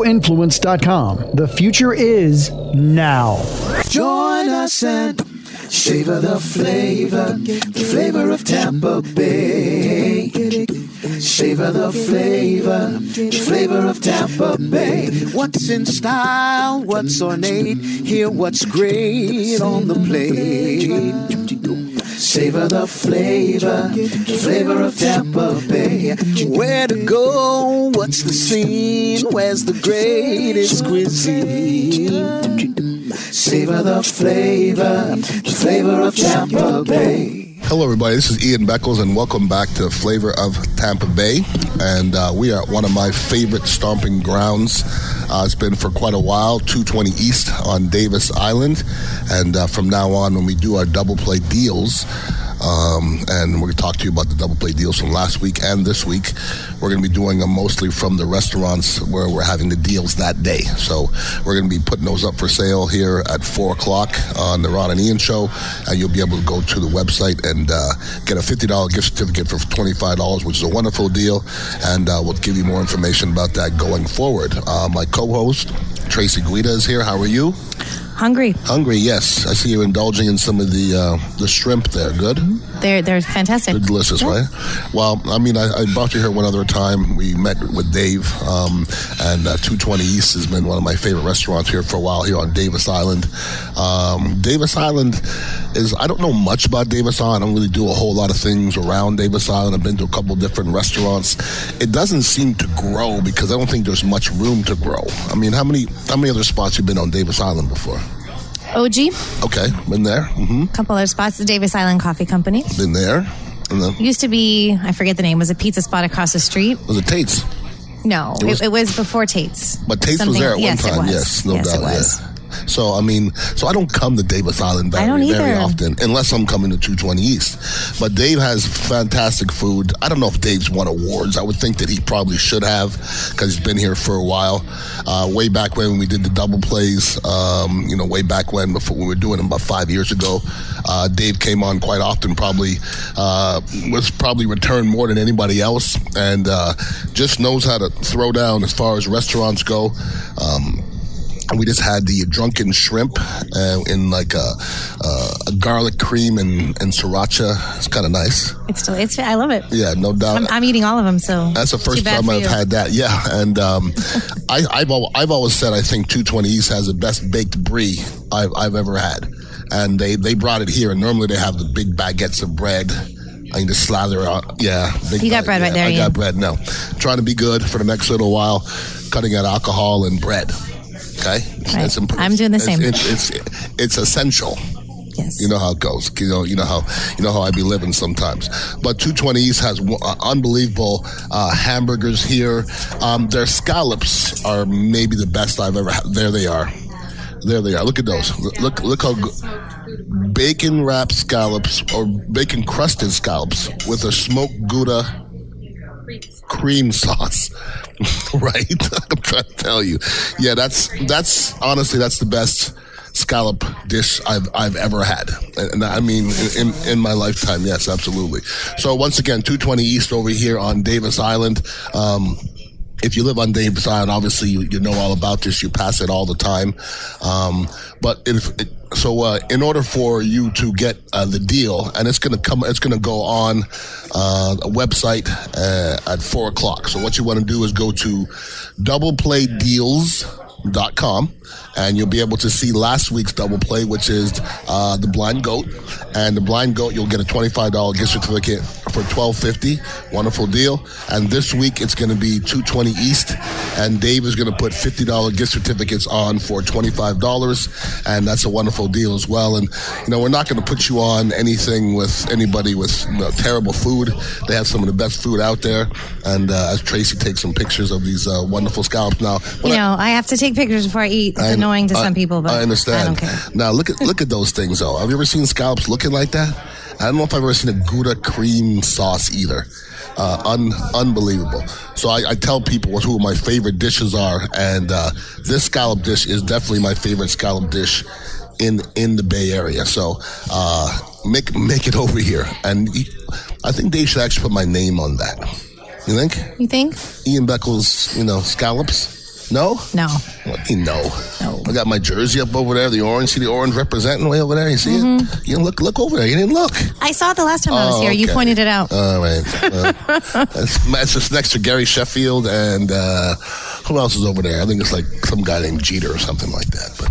RadioInfluence.com. The future is now. Join us and savor the flavor, the flavor of Tampa Bay. Savor the flavor, the flavor of Tampa Bay. What's in style? What's ornate? Hear what's great on the plate. Savor the flavor, the flavor of Tampa Bay. Where to go? What's the scene? Where's the greatest cuisine? Savor the flavor, the flavor of Tampa Bay. Hello, everybody. This is Ian Beckles, and welcome back to Flavor of Tampa Bay. And uh, we are at one of my favorite stomping grounds. Uh, it's been for quite a while, 220 East on Davis Island. And uh, from now on, when we do our double play deals, um, and we're going to talk to you about the double play deals from last week and this week. We're going to be doing them mostly from the restaurants where we're having the deals that day. So we're going to be putting those up for sale here at 4 o'clock on the Ron and Ian show. And you'll be able to go to the website and uh, get a $50 gift certificate for $25, which is a wonderful deal. And uh, we'll give you more information about that going forward. Uh, my co host, Tracy Guida, is here. How are you? Hungry. Hungry, yes. I see you're indulging in some of the uh, the shrimp there. Good? They're they're fantastic. They're delicious, right? Well, I mean, I, I brought you here one other time. We met with Dave, um, and uh, 220 East has been one of my favorite restaurants here for a while here on Davis Island. Um, Davis Island is, I don't know much about Davis Island. I don't really do a whole lot of things around Davis Island. I've been to a couple different restaurants. It doesn't seem to grow because I don't think there's much room to grow. I mean, how many how many other spots you been on Davis Island before? OG, a Okay, been there, hmm couple other spots. The Davis Island Coffee Company been there, and then used to be I forget the name. Was a pizza spot across the street. was it Tate's? No, It it was- was, it, was before Tate's. But Tate's was Something- there at yes, one time. It was. Yes, no yes, doubt. It was. Yeah. So I mean, so I don't come to Davis Island very, I don't very either. often, unless I'm coming to 220 East. But Dave has fantastic food. I don't know if Dave's won awards. I would think that he probably should have because he's been here for a while. Uh, way back when we did the double plays, um, you know, way back when before we were doing them about five years ago, uh, Dave came on quite often. Probably uh, was probably returned more than anybody else, and uh, just knows how to throw down as far as restaurants go. Um, we just had the drunken shrimp uh, in like a, uh, a garlic cream and, and sriracha. It's kind of nice. It's still. It's. I love it. Yeah, no doubt. I'm, I'm eating all of them. So That's the too first bad time for I've you. had that. Yeah, and um, I, I've al- I've always said I think 220 East has the best baked brie I've, I've ever had, and they they brought it here. And normally they have the big baguettes of bread. I need to slather out. Yeah, big You got bag- bread yeah, right there, I Ian. got bread now. Trying to be good for the next little while, cutting out alcohol and bread. Okay, Right. imp- I'm doing the it's- same. It's, it's it's essential. Yes. You know how it goes. You know, you know how you know how I be living sometimes. But 220 East has wo- uh, unbelievable uh, hamburgers here. Um, their scallops are maybe the best I've ever had. There they are. There they are. Look at those. Look look how good. bacon wrapped scallops or bacon crusted scallops with a smoked gouda cream sauce. right? I'm trying to tell you. Yeah, that's that's honestly that's the best scallop dish I've I've ever had. And, and I mean in, in in my lifetime, yes, absolutely. So once again, 220 East over here on Davis Island. Um if you live on Davis Island, obviously you, you know all about this. You pass it all the time. Um, but if so, uh, in order for you to get uh, the deal, and it's going to come, it's going to go on uh, a website uh, at four o'clock. So what you want to do is go to doubleplaydeals.com and you'll be able to see last week's double play, which is uh, the blind goat. And the blind goat, you'll get a twenty-five dollar gift certificate for twelve fifty. Wonderful deal. And this week it's going to be two twenty east, and Dave is going to put fifty dollar gift certificates on for twenty-five dollars, and that's a wonderful deal as well. And you know we're not going to put you on anything with anybody with you know, terrible food. They have some of the best food out there. And uh, as Tracy takes some pictures of these uh, wonderful scallops now. when You I- know, I have to take pictures before I eat. It's I- annoying to I- some people, but I understand. I don't care. Now look at look at those things though. Have you ever seen scallops looking like that? I don't know if I've ever seen a Gouda cream sauce either. Uh, un, unbelievable. So I, I tell people what who my favorite dishes are, and uh, this scallop dish is definitely my favorite scallop dish in in the Bay Area. So uh, make make it over here, and you- I think they should actually put my name on that. You think You think? Ian Beckles, you know, scallops? No? No. What do you know? I got my jersey up over there, the orange. See the orange representing way over there? You see it? You didn't look, look over there. You didn't look. I saw it the last time I was Oh, here. You okay. pointed it out. All right. Well, that's, that's just next to Gary Sheffield and uh, who else is over there? I think it's like some guy named Jeter or something like that. But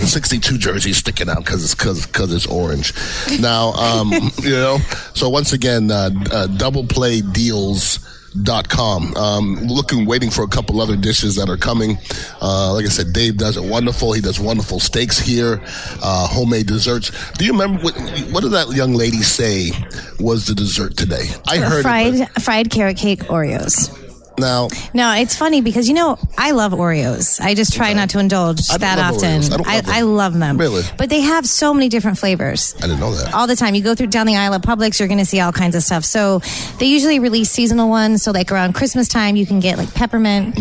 the 62 jersey sticking out because it's, cause, cause it's orange. Now, um, you know, so once again, uh, uh, double play deals dot com. Um, looking, waiting for a couple other dishes that are coming. Uh, like I said, Dave does it wonderful. He does wonderful steaks here, uh, homemade desserts. Do you remember what, what did that young lady say was the dessert today? I heard it, fried fried carrot cake Oreos. but now. No, it's funny because you know I love Oreos. I just try not to indulge I don't that love often. Oreos. I don't I, love them. I love them. Really? But they have so many different flavors. I didn't know that. all the time. You go through down the aisle at Publix, you're going to see all kinds of stuff. So they usually release seasonal ones. So like around Christmas time, you can get like peppermint.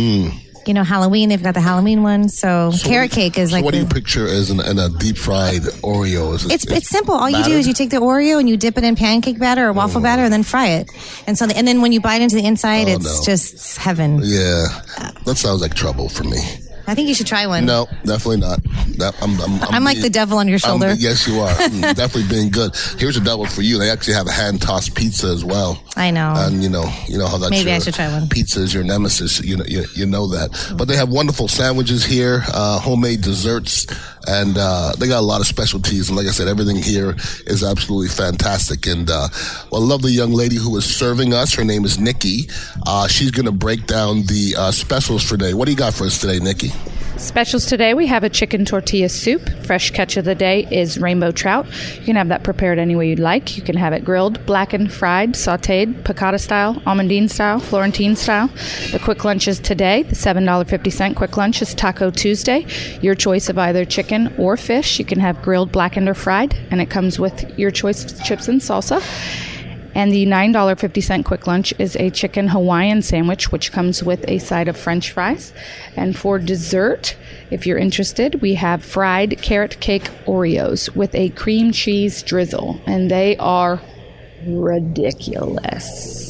You know, Halloween, they've got the Halloween one. So, carrot cake Mm. is So like. what do the- you picture as an, in a deep fried Oreo? Is it- it's, it's simple. All you do battered? is you take the Oreo and you dip it in pancake batter or waffle batter and then fry it. And so, the, and then when you bite into the inside, Oh, it's no. just heaven. yeah, that sounds like trouble for me. I think you should try one. No, definitely not. That- I'm, I'm, I'm I'm like the devil on your I'm- shoulder. yes, you are. I'm definitely being good. Here's a double for you. They actually have a hand tossed pizza as well. I know. And you know, you know how that's Maybe I your- should try one. Pizza is your nemesis. You know, you, you know that. But they have wonderful sandwiches here, uh, homemade desserts, and uh, they got a lot of specialties. And like I said, everything here is absolutely fantastic. And uh, well, lovely young lady who is serving us. Her name is Nikki. Uh, she's going to break down the uh, specials for today. What do you got for us today, Nikki? Specials today, we have a chicken tortilla soup. Fresh catch of the day is rainbow trout. You can have that prepared any way you'd like. You can have it grilled, blackened, fried, sauteed, piccata style, almondine style, Florentine style. The quick lunches today, the $7.50 quick lunch is Taco Tuesday. Your choice of either chicken or fish. You can have grilled, blackened, or fried, and it comes with your choice of chips and salsa. And the $9.50 quick lunch is a chicken Hawaiian sandwich, which comes with a side of french fries. And for dessert, if you're interested, we have fried carrot cake Oreos with a cream cheese drizzle. And they are ridiculous.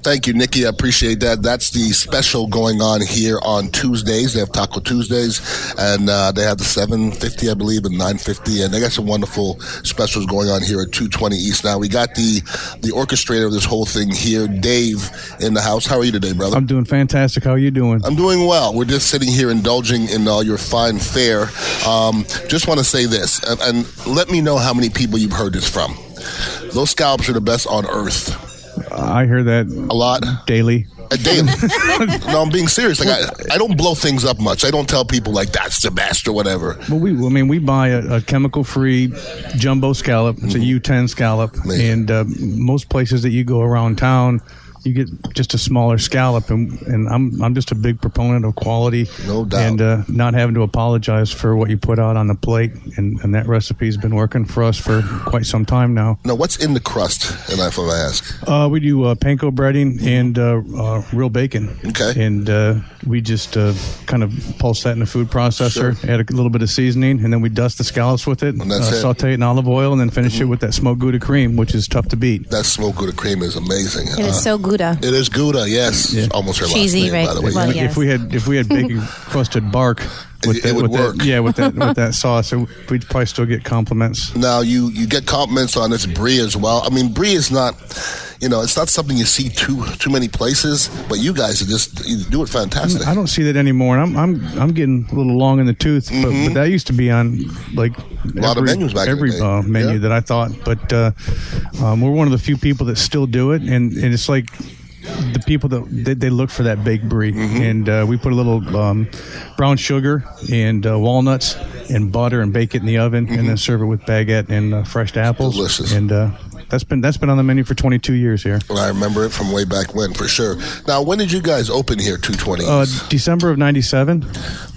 Thank you, Nikki. I appreciate that. That's the special going on here on Tuesdays. They have Taco Tuesdays, and uh, they have the 750, I believe, and 950, and they got some wonderful specials going on here at 220 East. Now we got the the orchestrator of this whole thing here, Dave, in the house. How are you today, brother? I'm doing fantastic. How are you doing? I'm doing well. We're just sitting here indulging in all your fine fare. Um, just want to say this, and, and let me know how many people you've heard this from. Those scallops are the best on earth. I hear that A lot. daily. a day. no, I'm being serious. Like I, I don't blow things up much. I don't tell people like that's the best or whatever. But we, I mean, we buy a, a chemical-free jumbo scallop. It's Mm-hmm. a U10 scallop, and uh, most places that you go around town, you get just a smaller scallop. And, and I'm I'm just a big proponent of quality, No doubt. and uh, not having to apologize for what you put out on the plate. And, and that recipe's been working for us for quite some time now. No, what's in the crust? And if I ask, Uh, we do uh, panko breading and uh, uh, real bacon. Okay. And uh, we just uh, kind of pulse that in a food processor, add a little bit of seasoning, and then we dust the scallops with it, And that's uh, it. Mm-hmm. saute it in olive oil, and then finish it with that smoked Gouda cream, which is tough to beat. that smoked Gouda cream is amazing. Uh, It is so Gouda. it is Gouda. Yes, almost her Cheesy, last name, right? by the way. Well, yeah. Yes. If we had if we had bacon crusted bark. It- it With that, would with work. That, yeah, with that with that sauce, it- we'd probably still get compliments. Now you you get compliments on this brie as well. I mean, brie is not, you know, it's not something you see too too many places. But you guys are just you do it fantastic. I don't see that anymore, and I'm I'm I'm getting a little long in the tooth. But, but that used to be on like a Mm-hmm. lot of menus back in the every day. uh, menu Yeah. that I thought. But uh, um, we're one of the few people that still do it, and, and it's like the people that they, they look for that baked brie, Mm-hmm. and uh, we put a little um, brown sugar and uh, walnuts and butter and bake it in the oven, and then serve it with baguette and uh, fresh apples. Mm-hmm. Delicious. And uh, that's been that's been on the menu for 22 years here. And I remember it from way back when, for sure. Now, when did you guys open here? Two twenty. Uh, December of '97,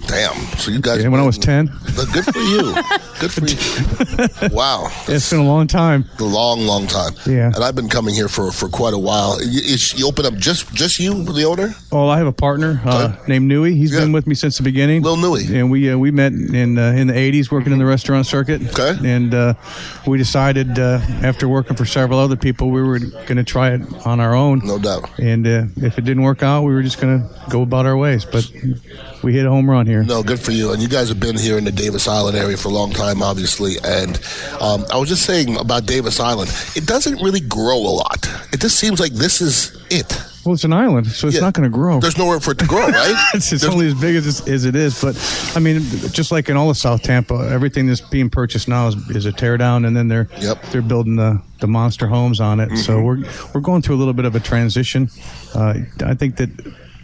Damn. So you guys. when I was 10. But good for you. Good for you. wow. It's been a long time. a long, long time. Yeah. And I've been coming here for, for quite a while. You, it's- you open up just just you, the owner? Well, I have a partner uh, Okay. named Nui. He's Yeah. been with me since the beginning. Lil Nui. Mm-hmm. and we uh, we met in uh, in the '80s working in the restaurant circuit. Okay. and uh, we decided uh, after working for several other people, we were going to try it on our own. No doubt. And uh, if it didn't work out, we were just going to go about our ways. But we hit a home run here. No, good for you. And you guys have been here in the Davis Island area for a long time, obviously. And um, I was just saying about Davis Island, it doesn't really grow a lot. It just seems like this is it. Well, it's an island, so it's Yeah. not going to grow. There's nowhere for it to grow, right? it's, it's There's- only as big as, it's- as it is. But I mean, just like in all of South Tampa, everything that's being purchased now is, is a tear down, and then they're Yep. Mm-hmm. they're building the, the monster homes on it. So we're we're going through a little bit of a transition. Uh, I think that.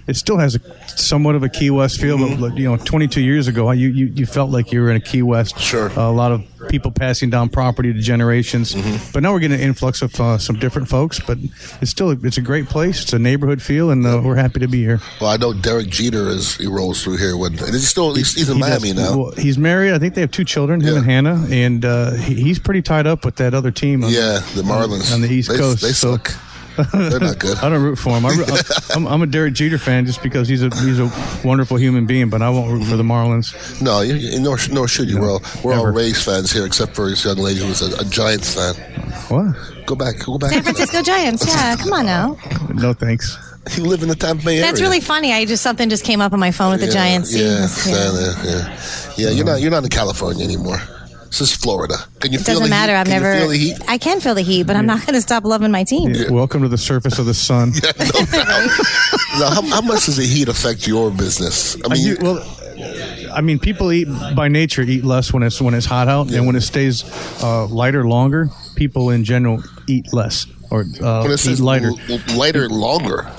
It still has a, somewhat of a Key West feel, Mm-hmm. but you know, 22 years ago, you, you, you felt like you were in a Key West. Uh, Sure. a lot of people passing down property to generations, Mm-hmm. but now we're getting an influx of uh, some different folks. But it's still a, it's a great place. It's a neighborhood feel, and uh, we're happy to be here. well, I know Derek Jeter is he rolls through here when and he's still he's, he's in He does- Miami now. well, he's married. I think they have two children, him Yeah. and Hannah, and uh, he, he's pretty tied up with that other team. On, yeah, the Marlins on the East They- Coast, They so- suck. They're not good. I don't root for him. I, root- I'm, I'm a Derek Jeter fan just because he's a he's a wonderful human being, but I won't root for the Marlins. No, you, you, nor, nor should you. we're all, we're all never. Rays fans here, except for this young lady who's a, a Giants fan. What? Go back, go back. San Francisco Giants. Yeah, come on now. No thanks. you live in the Tampa Bay area. That's really funny. I just something just came up on my phone with the Yeah, Giants. Yeah, Yeah. yeah, yeah. Yeah, you're not you're not in California anymore. This is Florida. Can you It feel doesn't the matter. Heat? I've Can you never. feel the heat? I can feel the heat, but I'm not going to stop loving my team. Welcome to the surface of the sun. now, how, how much does the heat affect your business? I I mean, do- well, I mean, people eat by nature eat less when it's when it's hot out, and when it stays uh, lighter longer, people in general eat less or when uh, it eat says lighter. l- l- lighter, longer.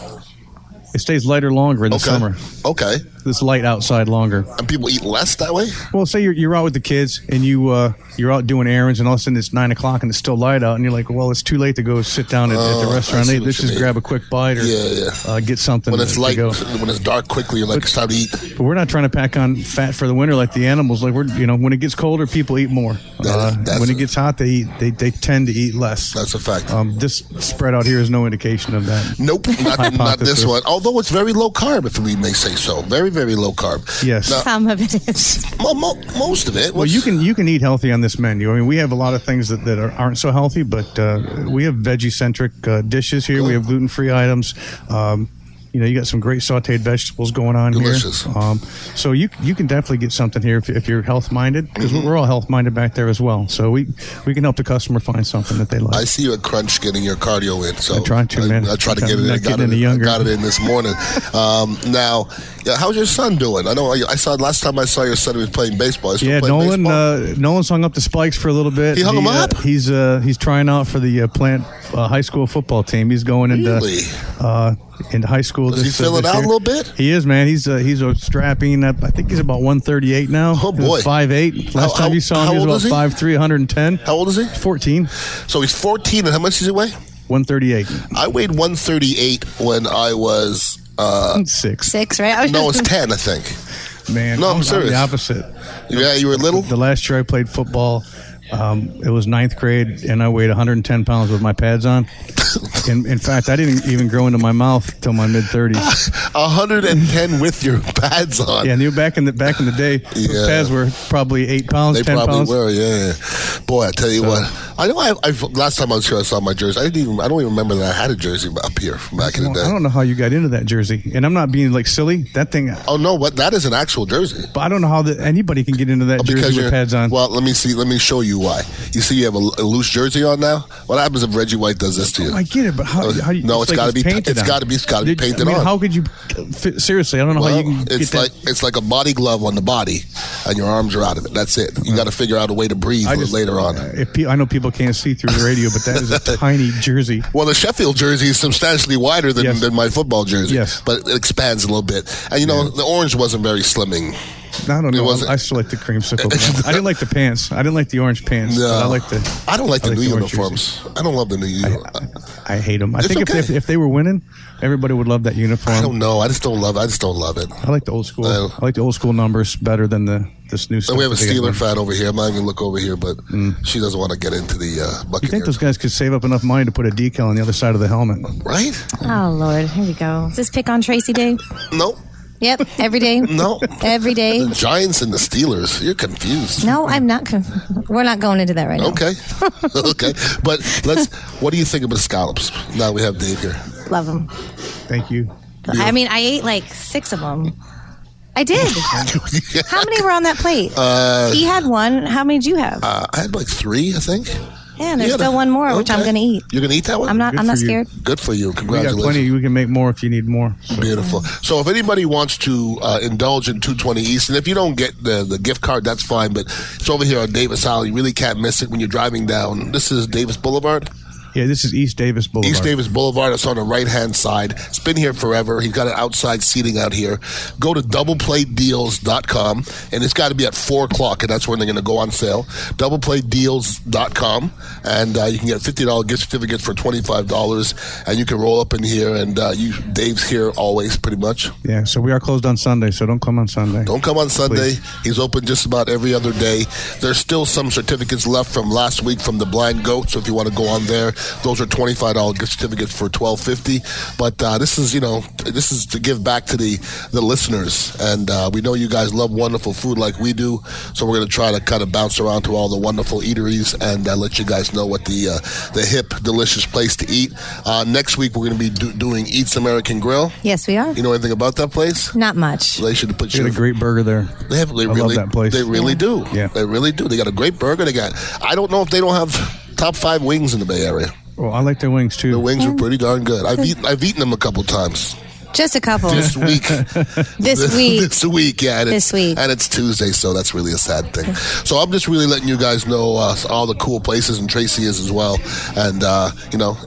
It stays lighter longer in the Okay. summer. Okay, It's light outside longer. and people eat less that way. Well, say you're, you're out with the kids and you uh, you're out doing errands, and all of a sudden it's nine o'clock and it's still light out, and you're like, well, it's too late to go sit down at, at Oh, the I restaurant. see Hey, what let's you just mean. grab a quick bite or Yeah, yeah. Uh, get something. When to- it's to light, go. when it's dark quickly, you're like, it's time to eat. But we're not trying to pack on fat for the winter like the animals. Like we're you know when it gets colder, people eat more. Uh, That is- that's when a- it gets hot, they eat they, they tend to eat less. That's a fact. um, this spread out here is no indication of that. Nope, not, not this Hypothesis. one. Although it's very low carb, if we may say so. Very, very low carb. Yes. Now, Some of it is. mo- mo- most of it. Well, you can you can eat healthy on this menu. I mean, we have a lot of things that, that are, aren't so healthy, but uh, we have veggie centric uh, dishes here. We have gluten free items. Um, you know, you got some great sautéed vegetables going on Delicious. here. Um, so you you can definitely get something here if, if you're health minded because Mm-hmm. we're all health minded back there as well. So we we can help the customer find something that they like. I see you at Crunch getting your cardio in. So I try to, I, man. I try to get it I'm in. not I got getting it, any in- I younger. got it in this morning. um, now, yeah, how's your son doing? I know I, I saw last time I saw your son he was playing baseball. He's still Yeah, playing Nolan. baseball? Uh, Nolan's hung up the spikes for a little bit. He hung 'em uh, up? he's uh, he's trying out for the uh, plant uh, high school football team. He's going into Really? uh, into high school. Does he this, fill uh, it this out a year. little bit? He is, man. He's uh, he's a strapping. Up, I think he's about one thirty eight now. Oh, boy. five eight. Last How- time how- you saw how him, he was old about is he? Uh, five three, hundred and ten. How old is he? Fourteen. So he's 14, and how much does he weigh? One thirty eight. I weighed 138 when I was. Uh, Six. Six, right? I was no, it's just- 10, I think. Man, No, I'm I'm, serious. the opposite. Yeah, you were little? The last year I played football, um, it was ninth grade, and I weighed 110 pounds with my pads on. In, in fact, I didn't even grow into my mouth till my mid 30s. 110 with your pads on. Yeah, and you back in the back in the day, Yeah. those pads were probably eight pounds, They ten probably pounds. were, yeah. Boy, I tell you what, I know. I, I last time I was here, I saw my jersey. I didn't even. I don't even remember that I had a jersey up here from back in the Well, I day. don't know how you got into that jersey, and I'm not being like silly. That thing, Oh no, what? That is an actual jersey. but I don't know how that anybody can get into that Oh, Because jersey you're with pads on. Well, let me see. Let me show you why. You see, you have a, a loose jersey on now. What happens if Reggie White does this to you? I get it, but how? No, how you, no, it's gotta be- painted it's on. gotta be- it's gotta be Did- painted I mean, on. How could you? fit- Seriously, I don't know how Well, you can get it's that. like it's like a body glove on the body, and your arms are out of it. That's it. You got to figure out a way to breathe Uh-huh. I l- just- later on. If pe- I know people can't see through the radio, but that is a tiny jersey. Well, the Sheffield jersey is substantially wider than, Yes. than my football jersey. Yes. But it expands a little bit. And, you know, the orange wasn't very slimming. I don't know. wasn't- I still like the creamsicle. pants. I didn't like the pants. I didn't like the orange pants. No, But I like the. Uh, I don't like I the like new the orange uniforms. I don't love the new uniform. I hate them. I It's think if, okay. they, if they were winning, everybody would love that uniform. I don't know. I just don't love. I just don't love it. I like the old school. Uh, I like the old school numbers better than the this new stuff. And we have a that they got Steeler going. fan over here. I'm not even gonna look over here, but she doesn't want to get into the uh, Buccaneers. You think those guys could save up enough money to put a decal on the other side of the helmet? right? Oh Lord, here we go. Is this pick on Tracy Day? No, Yep, every day. no. Every day. the Giants and the Steelers. You're confused. No, I'm not. Conf- We're not going into that right now. Okay, okay. But let's. What do you think about scallops? Now we have Dave here. Love them. Thank you. I mean, I ate like six of them. I did. How many were on that plate? he had one. How many did you have? Uh, I had like three, I think. yeah, and there's Yeah, still one more, which I'm okay. going to eat. You're gonna eat that one? I'm not. Good I'm not for you. scared. Good for you. We got Congratulations. plenty. We can make more if you need more. So, Beautiful. So if anybody wants to uh, indulge in 220 East, and if you don't get the, the gift card, that's fine. But it's over here on Davis Island. You really can't miss it when you're driving down. This is Davis Boulevard. yeah, this is East Davis Boulevard. East Davis Boulevard. It's on the right hand side. It's been here forever. He's got an outside seating out here. Go to doubleplaydeals.com and it's got to be at 4 o'clock, and that's when they're going to go on sale. Doubleplaydeals.com and uh, you can get $50 gift certificates for $25 and you can roll up in here and uh, you Dave's here always pretty much. Yeah, so we are closed on Sunday, so don't come on Sunday. Don't come on Sunday. He's open just about every other day. There's still some certificates left from last week from the Blind Goat, so if you want to go on there, those are twenty-five dollar gift certificates for twelve fifty. But uh, this is, you know, this is to give back to the the listeners, and uh, we know you guys love wonderful food like we do, so we're going to try to kind of bounce around to all the wonderful eateries and uh, let you guys know what the uh, the hip, delicious place to eat. Uh, next week we're going to be do- doing Eats American Grill. Yes, we are. You know anything about that place? Not much. They should put We you got a great burger there. they have. They I love really. that place. They really do. Yeah. They really do. They got a great burger. They got. I don't know if they don't have top five wings in the Bay Area. Well, I like their wings too. The wings are pretty darn good. I've eaten. I've eaten them a couple times Just a couple this week. this week. this week. Yeah. And it's- This week. And it's Tuesday, so that's really a sad thing. So I'm just really letting you guys know uh, all the cool places, and Tracy is as well. And uh, you know,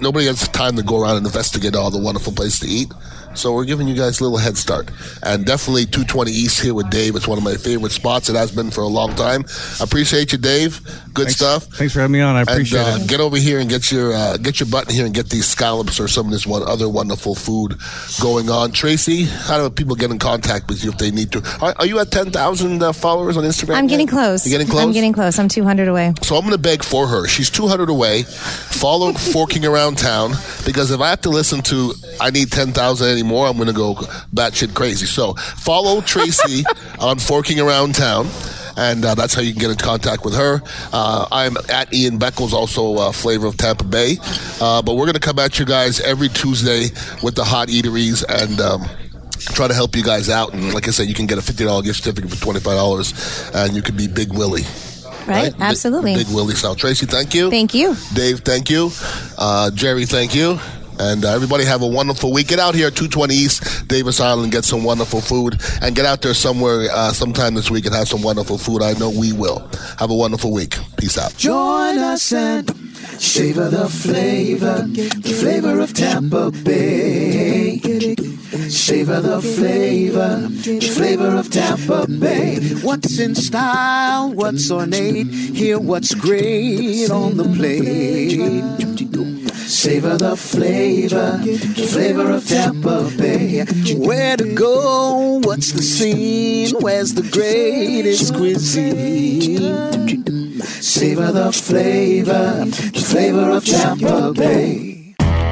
nobody has time to go around and investigate all the wonderful places to eat. So we're giving you guys a little head start, and definitely 220 East here with Dave. It's one of my favorite spots. It has been for a long time. Appreciate you, Dave. Good stuff. Thanks for having me on. I appreciate and, uh, it. Get over here and get your uh, get your button here and get these scallops or some of this one other wonderful food going on. Tracy, how do people get in contact with you if they need to? Are, are you at ten thousand uh, followers on Instagram? I'm getting yet? close. You getting close. I'm getting close. I'm 200 away. So I'm going to beg for her. She's 200 away. Follow forking around town because if I have to listen to I need 10,000 anymore, I'm going to go batshit crazy. So follow Tracy on forking around town. And uh, that's how you can get in contact with her. Uh, I'm at Ian Beckles, also uh, Flavor of Tampa Bay. Uh, but we're going to come at you guys every Tuesday with the hot eateries and um, try to help you guys out. And like I said, you can get a $50 gift certificate for $25 and you can be Big Willie. Right? Big- Absolutely. Big, Willie Sal. Tracy, thank you. Thank you. Dave, thank you. Uh, Jerry, thank you. And uh, everybody have a wonderful week. Get out here at 220 East Davis Island, get some wonderful food, and get out there somewhere uh, sometime this week and have some wonderful food. I know we will. Have a wonderful week. Peace out. Join us and savor the flavor, the flavor of Tampa Bay. Savor the flavor, the flavor of Tampa Bay. What's in style? What's ornate? Hear what's great on the plate. Savor the flavor, the flavor of Tampa Bay. Where to go? What's the scene? Where's the greatest cuisine? Savor the flavor, the flavor of Tampa Bay.